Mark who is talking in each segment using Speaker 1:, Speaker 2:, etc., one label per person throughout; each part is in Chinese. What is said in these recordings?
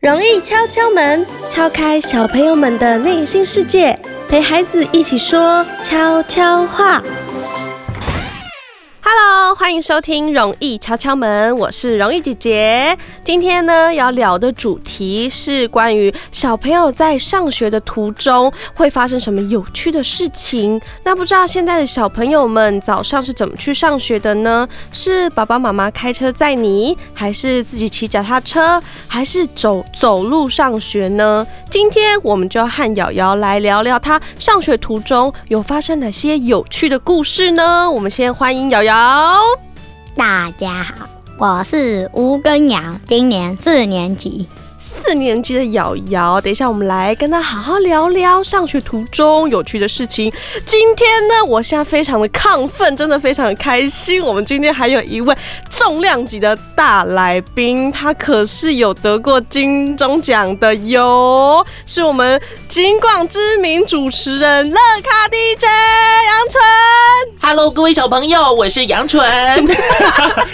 Speaker 1: 容易敲敲门，敲开小朋友们的内心世界，陪孩子一起说悄悄话。Hello，欢迎收听《容易敲敲门》，我是容易姐姐。今天呢，要聊的主题是关于小朋友在上学的途中会发生什么有趣的事情。那不知道现在的小朋友们早上是怎么去上学的呢？是爸爸妈妈开车载你，还是自己骑脚踏车，还是走走路上学呢？今天我们就要和瑶瑶来聊聊她上学途中有发生哪些有趣的故事呢？我们先欢迎瑶瑶。
Speaker 2: 大家好，我是吴根瑶，今年四年级。
Speaker 1: 四年级的瑶瑶，等一下我们来跟她好好聊聊上学途中有趣的事情。今天呢，我现在非常的亢奋，真的非常的开心。我们今天还有一位重量级的大来宾，他可是有得过金钟奖的哟，是我们金广知名主持人乐咖 DJ 杨纯。
Speaker 3: Hello，各位小朋友，我是杨纯。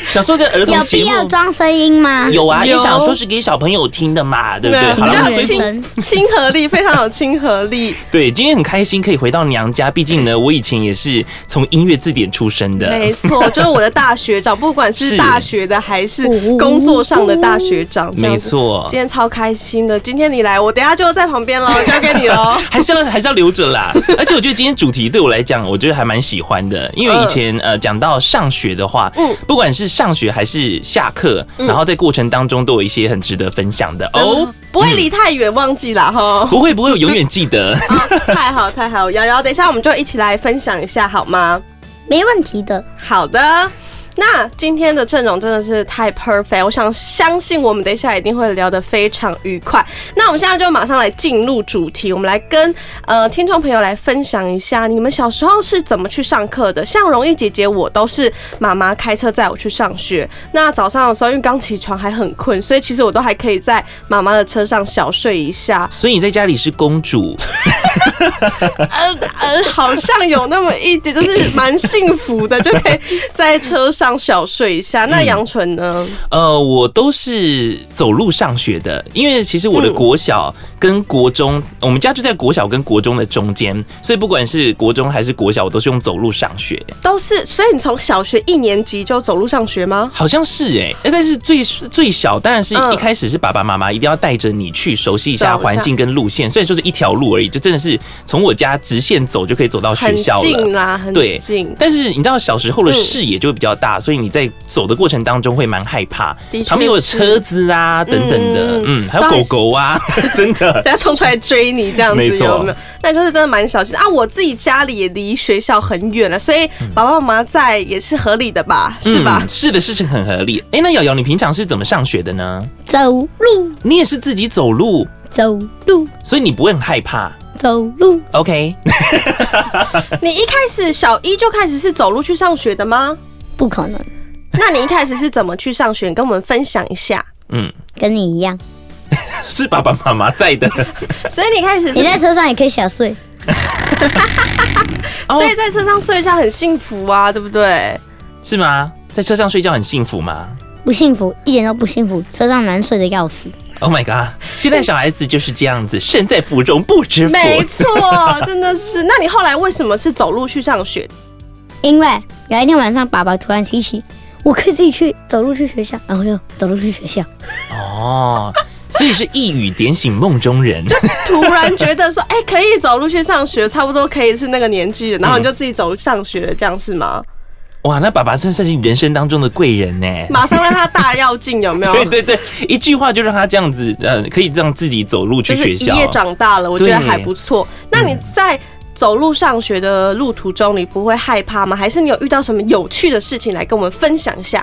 Speaker 3: 想说这儿
Speaker 2: 有
Speaker 3: 童
Speaker 2: 必
Speaker 3: 节
Speaker 2: 要
Speaker 3: 目
Speaker 2: 装声音吗？
Speaker 3: 有啊，
Speaker 1: 有
Speaker 3: 也想说是给小朋友听的嘛，对不对？
Speaker 1: 对
Speaker 3: 好
Speaker 2: 比较
Speaker 3: 了，
Speaker 2: 有
Speaker 3: 对
Speaker 2: 声。
Speaker 1: 亲和力非常有亲和力，
Speaker 3: 对，今天很开心可以回到娘家，毕竟呢，我以前也是从音乐字典出身的
Speaker 1: 没。错，就是我的大学长，不管是
Speaker 3: 是
Speaker 1: 大学的还是工作上的大学长，这样
Speaker 3: 没
Speaker 1: 子。
Speaker 3: 错
Speaker 1: 今，天超开心的，今天你来，我等一下就在旁边 喽，交给你喽。
Speaker 3: 还是要还是要留着 啦。而且我觉得今天主题对我来讲，我觉得还蛮喜欢的，因为以前呃讲到上学的话，
Speaker 1: 嗯
Speaker 3: 不管是上学还是下课，然后在过程当中都有一些很值得分享的哦。
Speaker 1: 不会离太远，忘记了哈。
Speaker 3: 不会不会，我永远记得。
Speaker 1: 太好太好，瑶瑶，等一下我们就一起来分享一下好吗？
Speaker 2: 没问题的。
Speaker 1: 好的。那今天的阵容真的是太 perfect，我想相信我们等一下一定会聊得非常愉快。那我们现在就马上来进入主题，我们来跟呃听众朋友来分享一下你们小时候是怎么去上课的。像容易姐姐，我都是妈妈开车载我去上学。那早上的时候，因为刚起床还很困，所以其实我都还可以在妈妈的车上小睡一下。
Speaker 3: 所以你在家里是公主，
Speaker 1: 嗯嗯，好像有那么一点，就是蛮幸福的，就可以在车上小睡一下。那杨纯呢？
Speaker 3: 呃，我都是走路上学的，因为其实我的国小跟国中，我们家就在国小跟国中的中间，所以不管是国中还是国小，我都是用走路上学，
Speaker 1: 都是，所以你从小学一年级就走路上学吗？
Speaker 3: 好像是哎、哎但是最最小当然是
Speaker 1: 嗯
Speaker 3: 一开始是爸爸妈妈一定要带着你去熟悉一
Speaker 1: 走
Speaker 3: 下
Speaker 1: 一下
Speaker 3: 环境跟路线，虽然说是一条路而已，就真的是从我家直线走就可以走到学
Speaker 1: 很
Speaker 3: 校
Speaker 1: 近
Speaker 3: 了。
Speaker 1: 啦，很
Speaker 3: 对
Speaker 1: 近。
Speaker 3: 但是你知道小时候的
Speaker 1: 嗯
Speaker 3: 视野就会比较大，所以你在走的过程当中会蛮害怕
Speaker 1: 的，确
Speaker 3: 旁边有
Speaker 1: 是
Speaker 3: 车子啊等等的，
Speaker 1: 嗯
Speaker 3: 嗯，还有
Speaker 1: 当然
Speaker 3: 狗
Speaker 1: 是
Speaker 3: 狗啊， 真的。
Speaker 1: 不要冲出来追你这样子，
Speaker 3: 没错
Speaker 1: 有没有？那就是真的蛮小心啊。我自己家里也离学校很远了，所以爸爸妈妈在也是合理的吧， 是吧
Speaker 3: 嗯？是的，事情很合理。哎、那瑶瑶，你平常是怎么上学的呢？
Speaker 2: 走路，
Speaker 3: 你也是自己走路，
Speaker 2: 走路，
Speaker 3: 所以你不会很害怕。
Speaker 2: 走路。
Speaker 3: OK，
Speaker 1: 你一开始小一就开始是走路去上学的 吗？
Speaker 2: 不可能，
Speaker 1: 那你一开始是怎么去上学？你跟我们分享一下。
Speaker 3: 嗯，
Speaker 2: 跟你一样。
Speaker 3: 是爸爸妈妈在的。
Speaker 1: 所以你开始是
Speaker 2: 你在车上也可以小睡。哦
Speaker 1: 所以在车上睡一觉很幸福啊，对不对？
Speaker 3: 是吗？在车上睡觉很幸福吗
Speaker 2: 不幸福，一点都不幸福，车上难睡的要死。
Speaker 3: ？Oh my god！现在小孩子就是这样子，身在福中不知福。
Speaker 1: 没错，真的是。那你后来为什么是走路去上学？
Speaker 2: 因为有一天晚上，爸爸突然提起，我可以自己去走路去学校，然后就走路去学校。
Speaker 3: 哦，所以是一语点醒梦中人。
Speaker 1: 突然觉得说，哎、可以走路去上学，差不多可以是那个年纪了，然后你就自己走路上学了，这样是 吗？
Speaker 3: 哇，那爸爸真是你人生当中的贵人呢。
Speaker 1: 马上让他大跃进，有没有？
Speaker 3: 对对对，一句话就让他这样子，呃，可以让自己走路去
Speaker 1: 就是
Speaker 3: 学
Speaker 1: 一
Speaker 3: 校。
Speaker 1: 夜长大了，我觉
Speaker 3: 对
Speaker 1: 得还不错。那你在走路上学的路途中，你不会害怕吗？还是你有遇到什么有趣的事情来跟我们分享一下？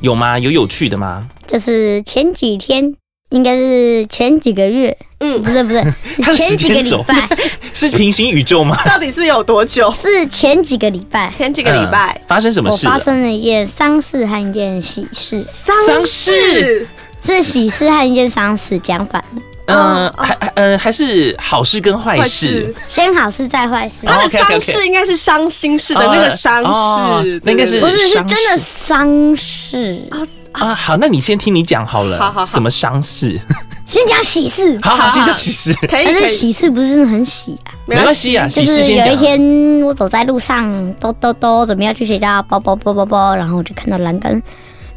Speaker 3: 有吗？有有趣的吗？
Speaker 2: 就是前几天，应该是前几个月，
Speaker 1: 嗯
Speaker 2: 不，是不是
Speaker 3: 他，的
Speaker 2: 前几个
Speaker 3: 时间轴
Speaker 2: 礼拜
Speaker 3: 是平行宇宙吗？
Speaker 1: 到底是有多久？
Speaker 2: 是前几个礼拜，
Speaker 1: 前几个礼拜
Speaker 3: 嗯、，发生什么
Speaker 2: 我
Speaker 3: 事了？
Speaker 2: 发生了一件丧事和一件喜事，
Speaker 3: 丧事
Speaker 2: 是喜事和一件丧事讲反了，
Speaker 3: 嗯，还还嗯还是好事跟坏事。
Speaker 2: 先好事再坏事，
Speaker 3: 啊
Speaker 1: 他的
Speaker 3: OK，OK，OK 呃
Speaker 1: 伤势应该是伤心事的那个伤
Speaker 3: 哦
Speaker 1: 势，
Speaker 3: 那应该是
Speaker 1: 对
Speaker 2: 不是是
Speaker 3: 丧事
Speaker 2: 真的丧事，
Speaker 3: 啊，好，那你先听你讲好了。
Speaker 1: 好好好
Speaker 3: 什么伤势？
Speaker 2: 先讲喜事，
Speaker 3: 好
Speaker 1: 好
Speaker 3: 好，先讲喜事，
Speaker 1: 可以
Speaker 2: 但
Speaker 1: 可
Speaker 2: 是
Speaker 1: 以，
Speaker 2: 喜事不是很喜啊，
Speaker 1: 没
Speaker 3: 没关
Speaker 1: 关系。
Speaker 3: 系啊，
Speaker 2: 就
Speaker 3: 喜事
Speaker 2: 是
Speaker 3: 先讲。
Speaker 2: 有一天我走在路上，兜兜兜，准备要去学校，包包包包包，然后我就看到栏杆，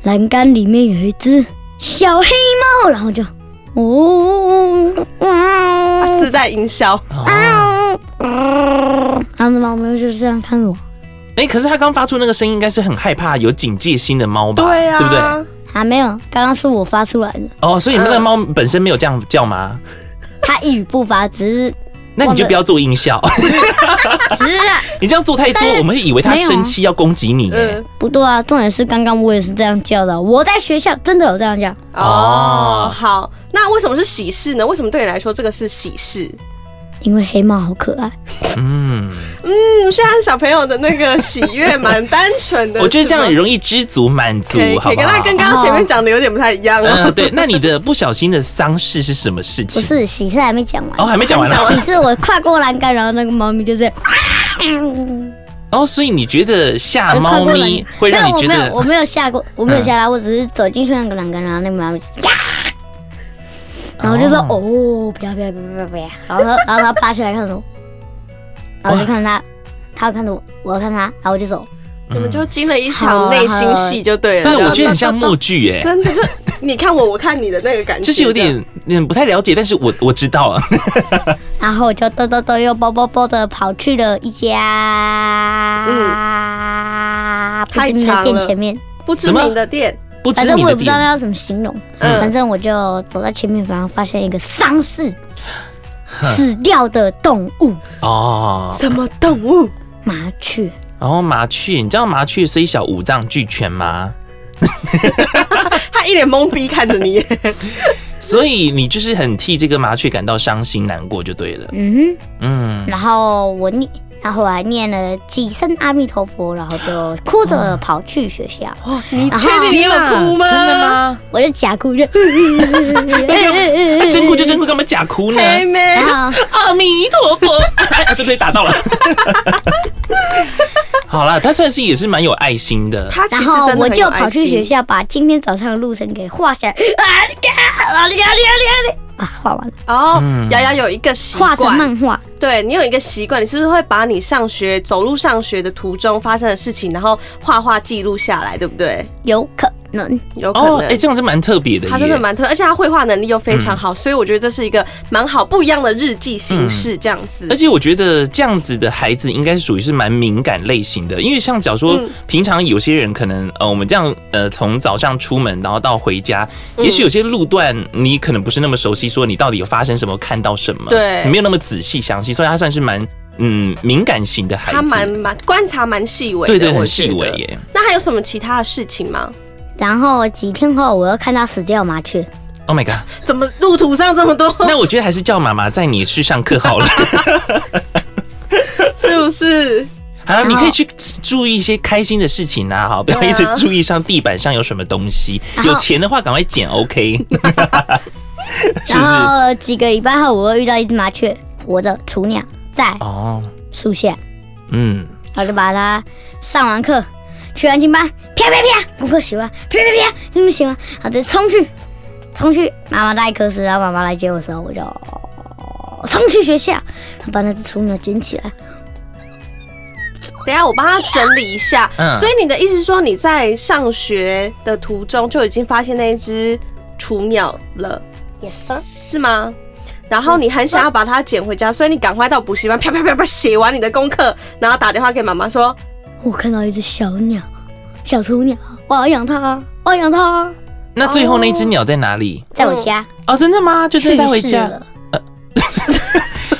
Speaker 2: 栏杆里面有一只小黑猫，然后就哦哇
Speaker 3: 啊
Speaker 1: 自带营销，
Speaker 3: 哦，
Speaker 2: 哦，然后猫咪就是这样看我，
Speaker 3: 哎、可是他刚发出那个声音，应该是很害怕、有警戒心的猫吧？
Speaker 1: 对呀、啊
Speaker 3: 对不对？
Speaker 2: 还没有，刚刚是我发出来的，
Speaker 3: 哦，所以那个猫本身没有这样叫吗？
Speaker 2: 它一语不发，只是
Speaker 3: 那你就不要做音效，
Speaker 2: 只是啊
Speaker 3: 你这样做太多，我们会以为它生气要攻击你、哎
Speaker 1: 嗯，
Speaker 2: 不对啊，重点是刚刚我也是这样叫的，我在学校真的有这样叫，
Speaker 1: 哦
Speaker 3: 哦，
Speaker 1: 好，那为什么是喜事呢？为什么对你来说这个是喜事？
Speaker 2: 因为黑猫好可爱。
Speaker 3: 嗯，
Speaker 1: 嗯，虽然小朋友的那个喜悦蛮单纯的，
Speaker 3: 我觉得这样很
Speaker 1: 是吗
Speaker 3: 容易知足满足
Speaker 1: 可以，可
Speaker 3: 好
Speaker 1: 以
Speaker 3: 不
Speaker 1: 跟他
Speaker 3: 好？
Speaker 1: 跟刚刚前面讲的有点不太一样
Speaker 3: 嗯，
Speaker 1: 哦。
Speaker 3: 对。那你的不小心的丧事是什么事
Speaker 2: 不
Speaker 3: 情？
Speaker 2: 是喜事还没讲
Speaker 3: 哦，
Speaker 2: 完，
Speaker 3: 还没讲完呢。
Speaker 2: 喜事我跨过栏杆，然后那个猫咪就这样，
Speaker 3: 哦，所以你觉得吓猫咪会
Speaker 2: 没
Speaker 3: 让
Speaker 2: 有
Speaker 3: 你
Speaker 2: 我
Speaker 3: 觉
Speaker 2: 没
Speaker 3: 得
Speaker 2: 有我没有下 过，我没有下来，我只是走进去那个栏杆，然后那个猫咪就呀，然后我就说哦不要不要不要不要不要，然 后它然后它爬起来看着我，然后我就看它，它要看着我，我要看它，然后我就走，
Speaker 1: 你们
Speaker 3: 嗯
Speaker 1: 就经了一场内心戏就对了。
Speaker 3: 但是我觉得很像
Speaker 2: 咚咚咚
Speaker 3: 默剧哎、
Speaker 1: 真的是你看我，我看你的那个感觉，
Speaker 3: 就是有点嗯不太了解，但是我我知道啊 了。
Speaker 2: 然后我就哆哆哆又啵啵啵的跑去了一家，嗯，不
Speaker 1: 太
Speaker 2: 知名的
Speaker 1: 长
Speaker 2: 店
Speaker 1: 了
Speaker 2: 前面，
Speaker 1: 不知名的店，
Speaker 3: 不知
Speaker 2: 反正
Speaker 3: 名
Speaker 2: 我
Speaker 3: 的
Speaker 2: 也不知道
Speaker 3: 店，
Speaker 2: 那要怎么形容，
Speaker 1: 嗯
Speaker 2: 反正我就走在前面，反而发现一个丧事，
Speaker 3: 嗯
Speaker 2: 死掉的动物
Speaker 3: 哦，
Speaker 1: 什么动物？
Speaker 2: 麻雀，
Speaker 3: 然后麻雀，你知道麻雀虽小五脏俱全吗？
Speaker 1: 他一脸懵逼看着 你，
Speaker 3: 所以你就是很替这个麻雀感到伤心难过就对了。
Speaker 2: 嗯哼，
Speaker 3: 嗯，
Speaker 2: 然后我念，然后我还念了几声阿弥陀佛，然后就哭着跑去学校，
Speaker 1: 你
Speaker 2: 啊
Speaker 1: 确定你有哭吗？
Speaker 3: 真 的？吗？
Speaker 2: 我就假哭就，
Speaker 1: 嗯
Speaker 3: 啊真哭就真哭，干嘛假哭呢？
Speaker 1: 妹妹
Speaker 2: 然，后
Speaker 3: 阿弥陀 佛，哎对不对？打到了。 好啦，他算是也是蛮有爱心的。
Speaker 1: 他其
Speaker 2: 然
Speaker 1: 实
Speaker 2: 后
Speaker 1: 真的
Speaker 2: 我
Speaker 1: 很有
Speaker 2: 就
Speaker 1: 爱
Speaker 2: 跑去学
Speaker 1: 心。
Speaker 2: 校把今天早上的路程给画下来，啊你看，啊你看，你看，你看，啊画完了，
Speaker 1: 哦
Speaker 3: 嗯，
Speaker 1: 瑶瑶有一个习
Speaker 2: 画成
Speaker 1: 惯，
Speaker 2: 漫画，
Speaker 1: 对你有一个习惯，你是不是会把你上学走路上学的途中发生的事情，然后画画记录下来，对不对？
Speaker 2: 有可能。
Speaker 1: 有可
Speaker 3: 哦，
Speaker 1: 能。
Speaker 3: 哎、这嗯样是蛮特别的耶。
Speaker 1: 他真的蛮特，而且他绘画能力又非常好，所以我觉得这是一个蛮好不一样的日记形式，这样子。
Speaker 3: 嗯而且我觉得这样子的孩子应该是属于是蛮敏感类型的，因为像假如说
Speaker 1: 嗯
Speaker 3: 平常有些人可能呃，我们这样呃从早上出门然后到回家，
Speaker 1: 嗯
Speaker 3: 也许有些路段你可能不是那么熟悉，说你到底有发生什么、看到什么，
Speaker 1: 对
Speaker 3: 你没有那么仔细详细，所以他算是蛮嗯敏感型的孩子，
Speaker 1: 他蛮蛮观察蛮细微的，
Speaker 3: 对对很
Speaker 1: 我觉
Speaker 3: 细
Speaker 1: 得
Speaker 3: 微。耶。
Speaker 1: 那还有什么其他的事情吗？
Speaker 2: 然后几天后，我又看到死掉 麻雀，
Speaker 3: Oh my god！
Speaker 1: 怎么路途上这么 多？
Speaker 3: 那我觉得还是叫妈妈载你去上课 好了。
Speaker 1: 是不是？
Speaker 3: 好了，你可以去注意一些开心的事情啊，哈，不要
Speaker 1: 对啊
Speaker 3: 一直注意上地板上有什么东西。
Speaker 2: 然后
Speaker 3: 有钱的话，赶快捡，OK？是不
Speaker 2: 然
Speaker 3: 是？
Speaker 2: 后几个礼拜后，我又遇到一只麻雀，活的雏鸟，在
Speaker 3: 哦，
Speaker 2: 树下，
Speaker 3: 嗯，
Speaker 2: 我就把它上完课，去安静班，啪啪啪，功课写完，啪啪啪，你们写完，好再冲去，冲去妈妈带一颗石，然后妈妈来接我的时候，我就冲去学校，把那只雏鸟捡起来，
Speaker 1: 等一下我帮他整理一下。
Speaker 3: 嗯
Speaker 1: 所以你的意思是说，你在上学的途中就已经发现那一只雏鸟了，是吗？然后你很想要把它捡回家，所以你赶快到补习班，啪啪啪啪写完你的功课，然后打电话给妈妈说，
Speaker 2: 我看到一只小鸟，小雏鸟，我要养它，我要养它，
Speaker 3: 那最后那只鸟在哪里？
Speaker 2: 在我家
Speaker 3: 哦，真的吗？就
Speaker 2: 去
Speaker 3: 是带回
Speaker 2: 世
Speaker 3: 家。
Speaker 2: 了，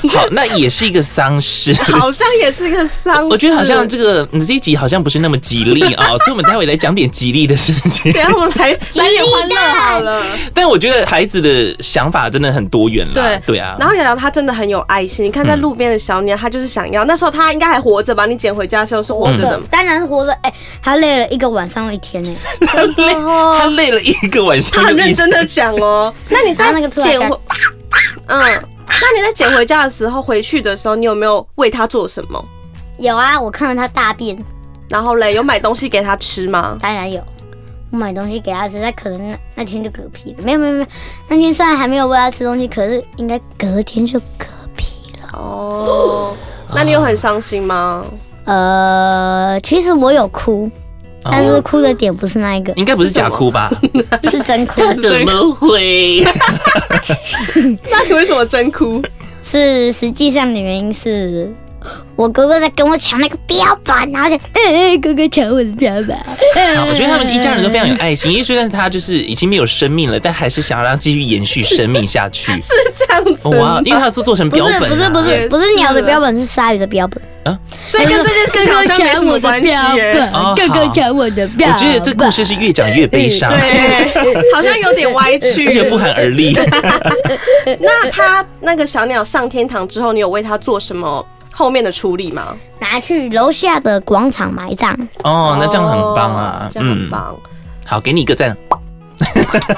Speaker 3: 好，那也是一个丧事。
Speaker 1: 好像也是个丧事。
Speaker 3: 我觉得好像这个你这一集好像不是那么吉利啊、所以我们待会来讲点吉利的事 情。
Speaker 1: 等一下我们来来点欢乐好了。
Speaker 3: 但我觉得孩子的想法真的很多元啦。
Speaker 1: 对
Speaker 3: 对啊。
Speaker 1: 然后瑶瑶她真的很有爱心，你看在路边的小鸟，她就是想要。那时候她应该还活着吧？你捡回家的时候是活着的
Speaker 2: 这
Speaker 1: 嘛？
Speaker 2: 当然是活着，哎、他累了一个晚上一天呢、
Speaker 3: 累，他累了一个晚上，
Speaker 1: 她哦很认真的讲哦。那你在
Speaker 2: 然后那个突然
Speaker 1: 捡
Speaker 2: 间
Speaker 1: 回，嗯，那你在捡回家的时候，回去的时候，你有没有为她做什么？
Speaker 2: 有啊，我看到他大便，
Speaker 1: 然后嘞，有买东西给她吃吗？
Speaker 2: 当然有。我买东西给他吃，他可能那那天就嗝屁了。没有没有没有，那天虽然还没有喂他吃东西，可是应该隔天就嗝屁了。
Speaker 1: 哦，那你有很伤心吗？
Speaker 2: 呃，其实我有哭，但是哭的点不是那一个，
Speaker 3: 哦应该不是假哭吧？
Speaker 2: 是真 哭，
Speaker 3: 怎么会？
Speaker 1: 那你为什么真哭？
Speaker 2: 是实际上的原因是。我哥哥在跟我抢那个标靶，然后就，呃，哥哥抢我的标靶。
Speaker 3: 好，我觉得他们一家人都非常有爱心，因为虽然他就是已经没有生命了，但还是想要让他继续延续生命下去。
Speaker 1: 是这样子
Speaker 3: 哦哇，因为他有做做成
Speaker 2: 不
Speaker 3: 标
Speaker 2: 是
Speaker 3: 本、啊，
Speaker 2: 不是不
Speaker 1: 也
Speaker 2: 是不是
Speaker 1: 是
Speaker 2: 鸟的
Speaker 1: 啦
Speaker 2: 标本，是鲨鱼的标本。
Speaker 1: 所以跟这件事情好像没什么关系耶。
Speaker 3: 哦
Speaker 2: 哥哥
Speaker 3: 好
Speaker 2: 抢我的标
Speaker 3: 我
Speaker 2: 本。
Speaker 3: 觉得这故事是越讲越悲伤，
Speaker 1: 对， 好像有点歪曲
Speaker 3: 而。且不寒而栗。
Speaker 1: 那他那个小鸟上天堂之后，你有为他做什么后面的处理吗？
Speaker 2: 拿去楼下的广场埋葬。
Speaker 3: 哦，那这样很棒啊
Speaker 1: 哦，这样很棒。
Speaker 3: 好，给你一个赞。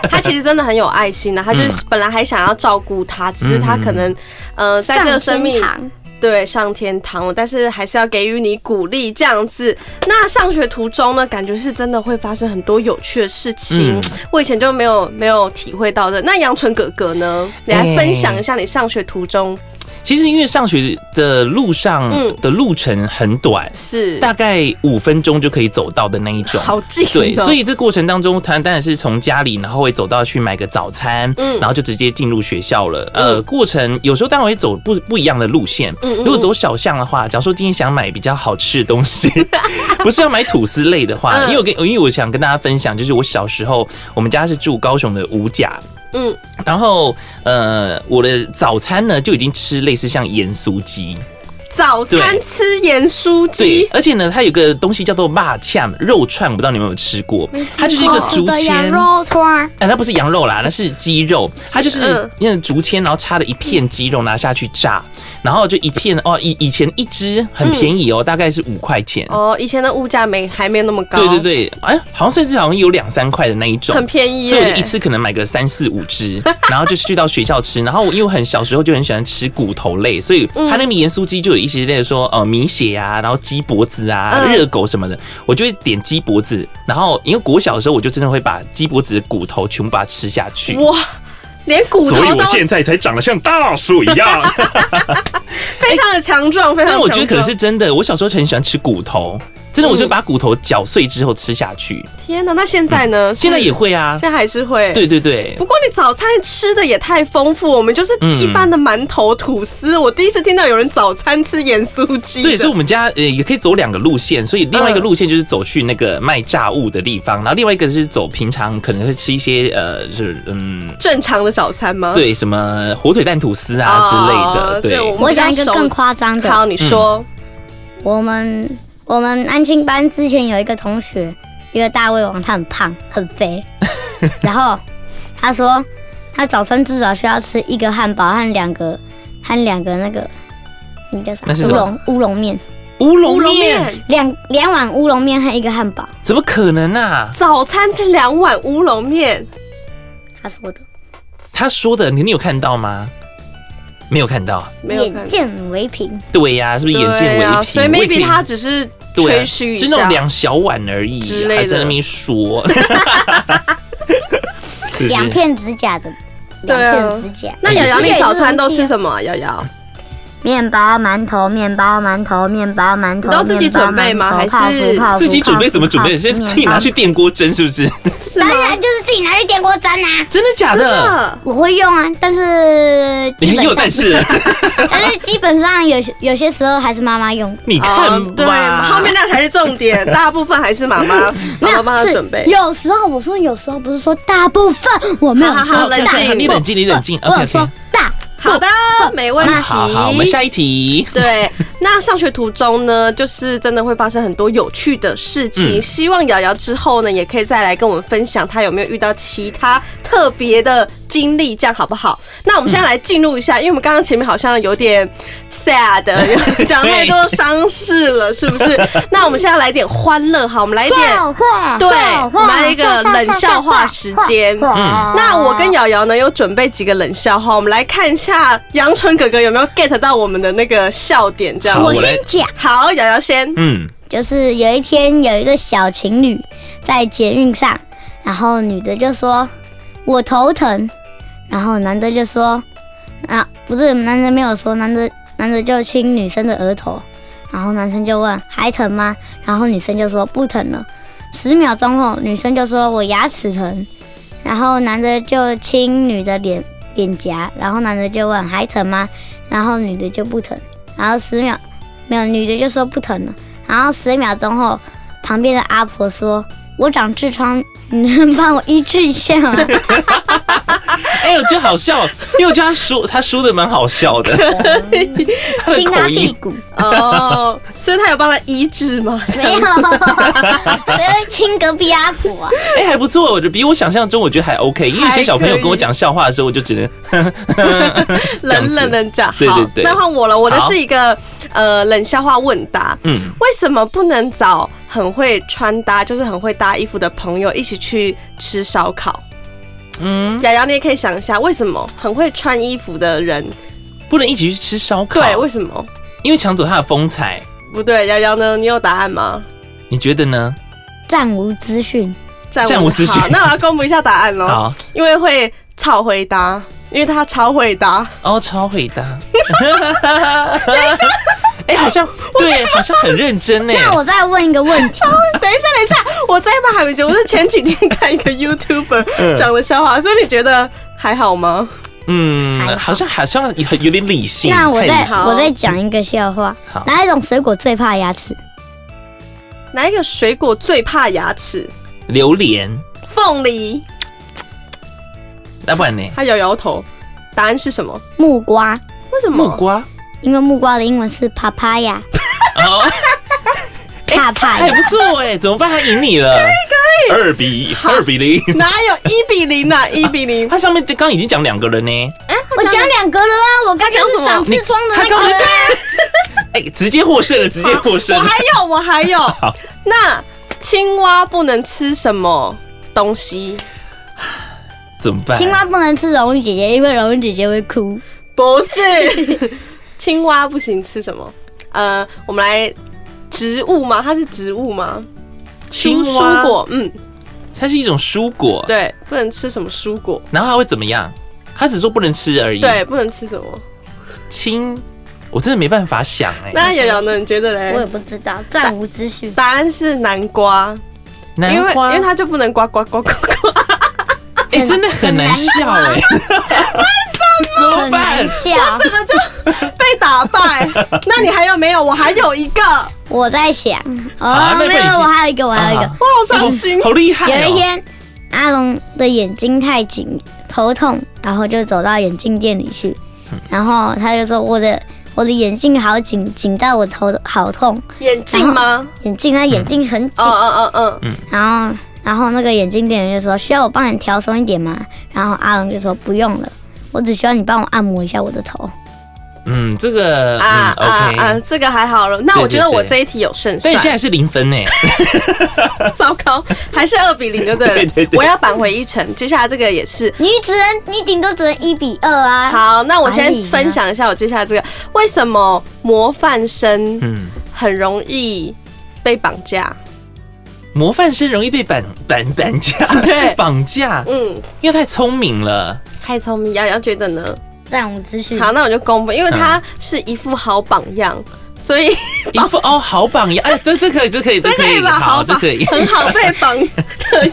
Speaker 1: 他其实真的很有爱心的、啊他就是
Speaker 3: 嗯
Speaker 1: 本来还想要照顾他，只是他可能，呃，在这个生命
Speaker 2: 上天堂
Speaker 1: 对上天堂了，但是还是要给予你鼓励这样子。那上学途中呢，感觉是真的会发生很多有趣的事情，
Speaker 3: 嗯
Speaker 1: 我以前就没有没有体会到的。那杨纯哥哥呢，你来分享一下你上学途中
Speaker 3: 其实因为上学的路上
Speaker 1: 嗯
Speaker 3: 的路程很短，
Speaker 1: 是
Speaker 3: 大概五分钟就可以走到的那一种。
Speaker 1: 好近哦、
Speaker 3: 对，所以这过程当中，他当然是从家里，然后会走到去买个早餐，
Speaker 1: 嗯
Speaker 3: 然后就直接进入学校了。呃，过程有时候当然会走不不一样的路线。
Speaker 1: 嗯嗯
Speaker 3: 如果走小巷的话，假如说今天想买比较好吃的 东西，不是要买吐司类的话，
Speaker 1: 嗯
Speaker 3: 因为我跟因为我想跟大家分享，就是我小时候我们家是住高雄的五甲，
Speaker 1: 嗯，
Speaker 3: 然后呃我的早餐呢就已经吃类似像盐酥鸡，
Speaker 1: 早餐
Speaker 3: 对
Speaker 1: 吃盐酥
Speaker 3: 对
Speaker 1: 鸡，，
Speaker 3: 而且呢它有个东西叫做辣呛肉串，我不知道你们有没有吃过，它就是一个
Speaker 2: 好
Speaker 3: 竹
Speaker 2: 的哦羊
Speaker 3: 签。
Speaker 2: 肉串，
Speaker 3: 哎，它不是羊肉啦，那是鸡肉，它就是
Speaker 1: 嗯
Speaker 3: 那种竹签，然后插了一片鸡肉拿下去炸，然后就一片哦，以以前一只很便宜哦，大概是五块钱，
Speaker 1: 嗯哦，以前的物价没还没那么高，
Speaker 3: 对对，对，哎，好像甚至好像有两三块的那一种，
Speaker 1: 很便宜
Speaker 3: 所以我就一
Speaker 1: 耶。
Speaker 3: 次可能买个三四五只， 然后就是去到学校吃。然后我因为我很小时候就很喜欢吃骨头类，所以
Speaker 1: 嗯
Speaker 3: 它那个盐酥鸡就有一些类说呃米血啊，然后鸡脖子啊、
Speaker 1: 嗯
Speaker 3: 热狗什么的，我就会点鸡脖子。然后因为国小的时候，我就真的会把鸡脖子的骨头全部把它吃下去。
Speaker 1: 哇，连骨头
Speaker 3: 所以
Speaker 1: 都
Speaker 3: 我现在才长得像大树一 样，
Speaker 1: 非常的强壮，非常
Speaker 3: 但
Speaker 1: 的
Speaker 3: 我觉得
Speaker 1: 强
Speaker 3: 可能是
Speaker 1: 壮
Speaker 3: 真的。我小时候很喜欢吃骨头，真的，我就
Speaker 1: 嗯
Speaker 3: 把骨头搅碎之后吃下去。
Speaker 1: 天哪，那现在呢？
Speaker 3: 现在
Speaker 1: 是
Speaker 3: 也会啊，
Speaker 1: 现在还是会。
Speaker 3: 对对对
Speaker 1: 不，过你早餐吃的也太丰富，我们就是
Speaker 3: 嗯
Speaker 1: 一般的馒头、吐司。我第一次听到有人早餐吃盐酥鸡的。
Speaker 3: 对，所以我们家呃也可以走两个路线，所以另外一个路线就是走去那个卖炸物的地方，然后
Speaker 1: 嗯
Speaker 3: 另外一个是走平常可能会吃一些呃，就是嗯，
Speaker 1: 正常的早餐吗？
Speaker 3: 对，什么火腿蛋吐司啊之
Speaker 1: 哦
Speaker 3: 类的，对
Speaker 1: 这我。
Speaker 2: 我讲一个更夸张的。
Speaker 1: 好，你说，
Speaker 2: 我们我们安庆班之前有一个同学，一个大胃王，他很胖很 肥，然后他说他早餐至少需要吃一个汉堡和两个和两个那个那个叫
Speaker 3: 那是
Speaker 2: 啥乌
Speaker 3: 什么
Speaker 2: 龙乌龙面，
Speaker 3: 嗯乌
Speaker 1: 乌
Speaker 3: 龙
Speaker 1: 龙
Speaker 3: 面
Speaker 1: 面，
Speaker 2: 两两碗乌龙面和一个汉堡，
Speaker 3: 怎么可能啊？
Speaker 1: 早餐吃两碗乌龙面，
Speaker 2: 他说的。
Speaker 3: 他说的，你你有看到吗？没有看到，
Speaker 1: 没有
Speaker 2: 眼
Speaker 1: 看
Speaker 2: 见为凭，
Speaker 3: 对呀、是不是眼见
Speaker 1: 对
Speaker 3: 为凭？
Speaker 1: 啊所以
Speaker 3: 我也可
Speaker 1: maybe 他只是
Speaker 3: 对、
Speaker 1: 吹
Speaker 3: 啊，
Speaker 1: 嘘一
Speaker 3: 就那种
Speaker 1: 下。
Speaker 3: 两小碗而已，
Speaker 1: 之类的
Speaker 3: 还在那边说， 是不是
Speaker 2: 两片指甲的，
Speaker 1: 对啊
Speaker 2: 两片指甲。
Speaker 1: 那瑶瑶，你早餐都吃
Speaker 2: 么？
Speaker 1: 什么啊？瑶瑶，
Speaker 2: 面包、馒头、面包、馒头、面包、馒头。
Speaker 1: 你都自己准备吗
Speaker 2: 面包馒头
Speaker 1: 还是
Speaker 2: 泡芙泡芙
Speaker 3: 自己准备怎么准备？
Speaker 2: 泡芙
Speaker 3: 先自己拿去电锅蒸，是不是？
Speaker 1: 是吗
Speaker 2: 面包。当然就是自己拿去电锅蒸啊！
Speaker 3: 真的假
Speaker 1: 真
Speaker 3: 的？
Speaker 1: 的
Speaker 2: 我会用啊，但是基
Speaker 3: 你很
Speaker 2: 本 上，
Speaker 3: 有但是了。
Speaker 2: 但是基本上有些有些时候还是妈妈用的，
Speaker 3: 你
Speaker 1: 哦
Speaker 3: 看
Speaker 1: 对，
Speaker 3: 吧，
Speaker 1: 后面那才是重点， 大部分还是妈妈妈妈帮他
Speaker 2: 是
Speaker 1: 准备。
Speaker 2: 有时候我说有时候不是说大部分，我没有
Speaker 1: 好好好
Speaker 2: 说
Speaker 1: 冷
Speaker 2: 大
Speaker 1: 静
Speaker 2: 部分
Speaker 3: 你冷静你冷静
Speaker 2: 我我有
Speaker 3: OK，OK
Speaker 2: 说大，
Speaker 1: 好的，没问题。
Speaker 3: 好好，我们下一题。
Speaker 1: 对，那上学途中呢，就是真的会发生很多有趣的事情。
Speaker 3: 嗯
Speaker 1: 希望瑶瑶之后呢，也可以再来跟我们分享她有没有遇到其他特别的经历，这样好不好？那我们现
Speaker 3: 嗯
Speaker 1: 在来进入一下，因为我们刚刚前面好像有点 sad，讲太多伤事了，是不是？那我们现在来点欢乐，好，我
Speaker 3: 哎
Speaker 1: 们来一
Speaker 3: 哦
Speaker 1: 点。
Speaker 2: 笑话，
Speaker 1: 对
Speaker 2: 笑话
Speaker 1: 我们来一个冷笑话时间
Speaker 3: 嗯
Speaker 1: 那我跟
Speaker 2: 瑶
Speaker 1: 瑶瑶呢有准备几个冷笑话，我们来看一下杨纯哥哥有没有 get 到我们的那个笑点，这样。
Speaker 3: 好
Speaker 2: 我
Speaker 3: 我来
Speaker 2: 先讲。
Speaker 1: 好， 瑶瑶先。
Speaker 3: 嗯，
Speaker 2: 就是有一天有一个小情侣在捷运上，然后女的就说我头疼，然后男的就说啊不是男的没有说，男的男的就亲女生的额头，然后男生就问还疼吗？然后女生就说不疼了。十秒钟后，女生就说我牙齿疼，然后男的就亲女的脸脸颊，然后男的就问还疼吗？然后女的就不疼，然后十秒没有女的就说不疼了，然后十秒钟后，旁边的阿婆说我长痔疮，你能帮我医治一下 吗？
Speaker 3: 哎、我觉得好笑，因为我觉得他说他说的蛮好 笑的，他的
Speaker 2: 亲他
Speaker 3: 口
Speaker 2: 屁
Speaker 3: 音。
Speaker 2: 股，
Speaker 1: 哦，所以他有帮他医治 吗？
Speaker 2: 没有，谁会亲隔壁阿婆啊？
Speaker 3: 哎、还不错，我觉得比我想象中我觉得还 OK，因为有些小朋友跟我讲笑话的时候，我就只能样子
Speaker 1: 冷冷冷讲，好，
Speaker 3: 对对对
Speaker 1: 那换我了，我的
Speaker 3: 好
Speaker 1: 是一个呃冷笑话问答，
Speaker 3: 嗯，
Speaker 1: 为什么不能找很会穿搭，就是很会搭衣服的朋友一起去吃烧烤？
Speaker 3: 嗯，
Speaker 1: 雅瑶，你也可以想一下，为什么很会穿衣服的人，
Speaker 3: 不能一起去吃烧烤，
Speaker 1: 对，为什么
Speaker 3: 因为抢走他的风采。
Speaker 1: 不对？雅瑶呢？你有答案吗？
Speaker 3: 你觉得呢？
Speaker 2: 暂无资讯，
Speaker 1: 占
Speaker 3: 占我资讯
Speaker 1: 好那我要公布一下答案喽，
Speaker 3: 好，
Speaker 1: 因为会超回答，因为他超会答，
Speaker 3: 哦，超回答。 哎、好像对，好像很认真呢。
Speaker 2: 那我再问一个问题，
Speaker 1: 等一下，等一下，我再帮还没结束。我是前几天看一个 YouTuber 讲的笑话，所以你觉得还好吗？
Speaker 3: 嗯
Speaker 2: 还，好
Speaker 3: 好像好像有有点理性。
Speaker 2: 那我
Speaker 3: 太理
Speaker 2: 再
Speaker 3: 性
Speaker 1: 好
Speaker 2: 我再讲一个笑话
Speaker 3: 好，
Speaker 2: 哪一种水果最怕牙齿？
Speaker 1: 哪一个水果最怕牙齿？
Speaker 3: 榴莲，
Speaker 1: 凤梨。
Speaker 3: 那不然呢？
Speaker 1: 他摇摇头。答案是什么？
Speaker 2: 木瓜，
Speaker 1: 为什么？
Speaker 3: 木瓜
Speaker 2: 因为木瓜的英文是 papaya，
Speaker 3: 哦，
Speaker 2: 怕怕
Speaker 3: 还
Speaker 2: 呀。
Speaker 3: 不错哎，怎么办？他赢你了，可以可以，二比二比零。
Speaker 1: 哪有一比零啊？一比零。
Speaker 3: 他上面刚刚已经讲两个人呢，
Speaker 2: 我讲两个了啊，我刚刚
Speaker 1: 讲什
Speaker 2: 是
Speaker 1: 么
Speaker 2: 长痔疮的
Speaker 3: 他
Speaker 2: 那
Speaker 3: 刚
Speaker 2: 个
Speaker 3: 才
Speaker 2: 人啊。
Speaker 3: 哎，直接获胜了，直接获
Speaker 1: 我
Speaker 3: 胜了。
Speaker 1: 还有，我还有。那青蛙不能吃什么东西？
Speaker 3: 怎么办？
Speaker 2: 青蛙不能吃蓉玉姐姐，因为蓉玉姐姐会哭。
Speaker 1: 不是， 青蛙不行吃什么？呃，我们来植物吗？它是植物吗？
Speaker 3: 青
Speaker 1: 蔬
Speaker 3: 蛙
Speaker 1: 蔬，果，嗯，
Speaker 3: 它是一种蔬果，
Speaker 1: 对，不能吃什么蔬果？
Speaker 3: 然后它会怎么样？他只说不能吃而已。
Speaker 1: 对，，不能吃什么？
Speaker 3: 青，我真的没办法想哎。
Speaker 1: 那瑶瑶呢？你觉得
Speaker 2: 我也
Speaker 1: 嘞？
Speaker 2: 不知道，暂无资讯。
Speaker 1: 答案是南瓜，因为
Speaker 3: 南
Speaker 1: 因
Speaker 3: 瓜
Speaker 1: 为，它就不能呱呱呱呱呱。
Speaker 3: 哎，真的很难笑哎。为什么？怎么
Speaker 2: 很难
Speaker 3: 办？
Speaker 2: 笑。
Speaker 1: 这个就 被打 败。那你还有没有？我还有一个，我
Speaker 2: 我在想，哦
Speaker 3: 啊，那
Speaker 2: 没
Speaker 3: 不然
Speaker 2: 有，
Speaker 3: 你先
Speaker 2: 我还有一个，我还有一个。
Speaker 3: 啊
Speaker 1: 好伤心。
Speaker 3: 好厉害！哦
Speaker 2: 有一，天，阿龙的眼睛太紧，头痛，然后就走到眼镜店里去，
Speaker 3: 嗯
Speaker 2: 然后他就说：“我的我的眼镜好紧，紧到我头好痛。
Speaker 1: 眼镜吗？
Speaker 2: 眼镜，他眼镜很紧
Speaker 1: 嗯。嗯嗯嗯，
Speaker 2: 然后，然后那个眼镜店员就说：“需要我帮你调松一点吗？”然后阿龙就说：“不用了，我只需要你帮我按摩一下我的头。
Speaker 3: 嗯，这个嗯
Speaker 1: 啊啊
Speaker 3: OK，
Speaker 1: 啊！这个还好了。那我觉得
Speaker 3: 对对对
Speaker 1: 我这一题有胜
Speaker 3: 但
Speaker 1: 算
Speaker 3: 现。在是零分哎。
Speaker 1: 糟糕，还是二比零就对
Speaker 3: 对对
Speaker 1: 了。
Speaker 3: 对
Speaker 1: 我要扳回一城。接下来这个也是。
Speaker 2: 你只能，你顶多只能一比二啊。”
Speaker 1: 好，那我
Speaker 2: 哎
Speaker 1: 先
Speaker 2: 呀
Speaker 1: 分享一下我接下来这个，为什么模范生
Speaker 3: 嗯，
Speaker 1: 很容易被绑架？
Speaker 3: 模范生容易被绑绑绑架，
Speaker 1: 对
Speaker 3: 绑架，
Speaker 1: 嗯，
Speaker 3: 因为太聪明了。
Speaker 1: 太聪明，瑶瑶觉得呢？
Speaker 2: 暂无资讯。
Speaker 1: 好，那我就公布，因为他是一副好榜样，所以
Speaker 3: 一副哦，好榜样，哎，这这可以，这可以，
Speaker 1: 这可
Speaker 3: 可
Speaker 1: 以
Speaker 3: 以，
Speaker 1: 吧？
Speaker 3: 好，
Speaker 1: 好
Speaker 3: 这
Speaker 1: 吧，
Speaker 3: 可以。
Speaker 1: 很好被绑的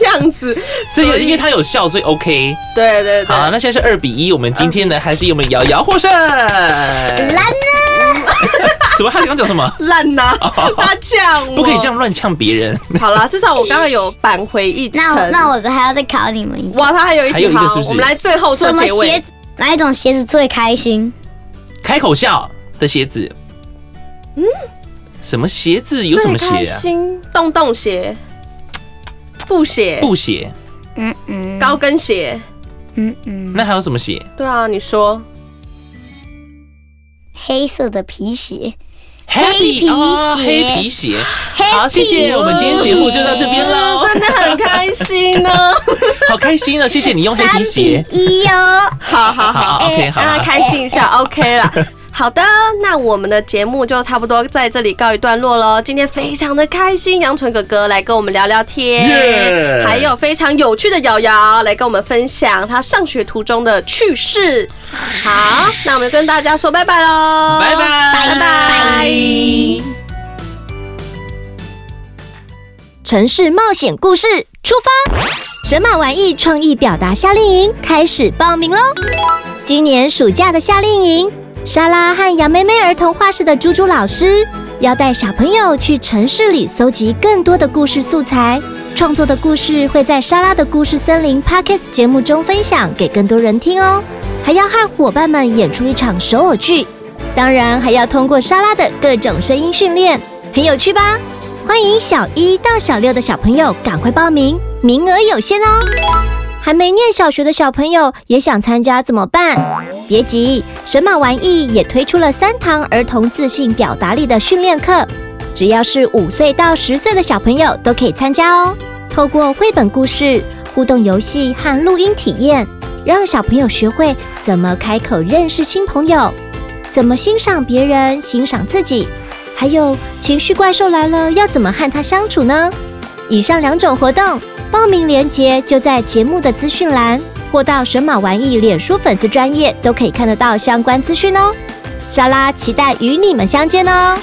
Speaker 1: 样子。
Speaker 3: 所以因为他有笑，所以 OK。
Speaker 1: 对对
Speaker 3: 好，
Speaker 1: 对，
Speaker 3: 那现在是二比一，我们今天呢还是由我们瑶瑶获胜。
Speaker 2: 蓝呢？
Speaker 3: 什么？他刚刚讲什么？
Speaker 1: 烂呐、他呛我，
Speaker 3: 哦不可以这样。乱呛别人。
Speaker 1: 好啦，至少我刚刚有扳回一城。
Speaker 2: 那我那我还要再考你们一个。
Speaker 1: 哇，他还有一
Speaker 3: 还有
Speaker 1: 题
Speaker 3: 一个
Speaker 1: 好，
Speaker 3: 是不是
Speaker 1: 我们来最后
Speaker 2: 什
Speaker 1: 做
Speaker 2: 么
Speaker 1: 结
Speaker 2: 鞋
Speaker 1: 尾。
Speaker 2: 子？哪一种鞋子最开心？
Speaker 3: 开口笑的鞋子，嗯，什么鞋子？有什么
Speaker 1: 最开
Speaker 3: 鞋啊？
Speaker 1: 心洞洞鞋、布鞋、
Speaker 3: 布鞋。
Speaker 2: 嗯嗯，
Speaker 1: 高跟鞋。
Speaker 2: 嗯嗯，
Speaker 3: 那还有什么鞋？
Speaker 1: 对啊，你说
Speaker 2: 黑色的皮鞋，
Speaker 3: 黑
Speaker 2: 皮
Speaker 3: 哦，
Speaker 2: 鞋
Speaker 3: 黑皮鞋。
Speaker 2: 黑
Speaker 3: 好，谢
Speaker 2: 皮
Speaker 3: 谢，
Speaker 2: 鞋
Speaker 3: 我们今天节目就到这边喽，
Speaker 1: 真的很开心呢。
Speaker 3: 好开心啊！谢谢你用黑
Speaker 2: 三
Speaker 3: 皮
Speaker 2: 比
Speaker 3: 鞋。
Speaker 2: 一哦。
Speaker 1: 好好好
Speaker 3: 好，OK，
Speaker 1: 哎
Speaker 3: 好好
Speaker 1: 让他开心一下，OK 啦。好的，那我们的节目就差不多在这里告一段落喽。今天非常的开心，杨纯哥哥来跟我们聊聊天
Speaker 3: Yeah
Speaker 1: 还有非常有趣的瑶瑶来跟我们分享她上学途中的趣 事。好，那我们就跟大家说拜拜喽，
Speaker 3: 拜拜
Speaker 1: 拜拜。
Speaker 4: 城市冒险故事出发，神马玩意创意表达夏令营开始报名喽！今年暑假的夏令营，莎拉和杨妹妹儿童画室的猪猪老师要带小朋友去城市里搜集更多的故事素材。创作的故事会在莎拉的故事森林 Podcast 节目中分享给更多人听哦，还要和伙伴们演出一场首尔剧，当然还要通过莎拉的各种声音训练，很有趣吧？欢迎小一到小六的小朋友赶快报名，名额有限哦。还没念小学的小朋友也想参加怎么办？别急，神马玩意也推出了三堂儿童自信表达力的训练课，只要是五岁到十岁的小朋友都可以参加哦。透过绘本故事、互动游戏和录音体验，让小朋友学会怎么开口认识新朋友，怎么欣赏别人、欣赏自己，还有情绪怪兽来了要怎么和它相处呢？以上两种活动报名链接就在节目的资讯栏，或到神马玩意脸书粉丝专业都可以看得到相关资讯哦。莎拉期待与你们相见哦。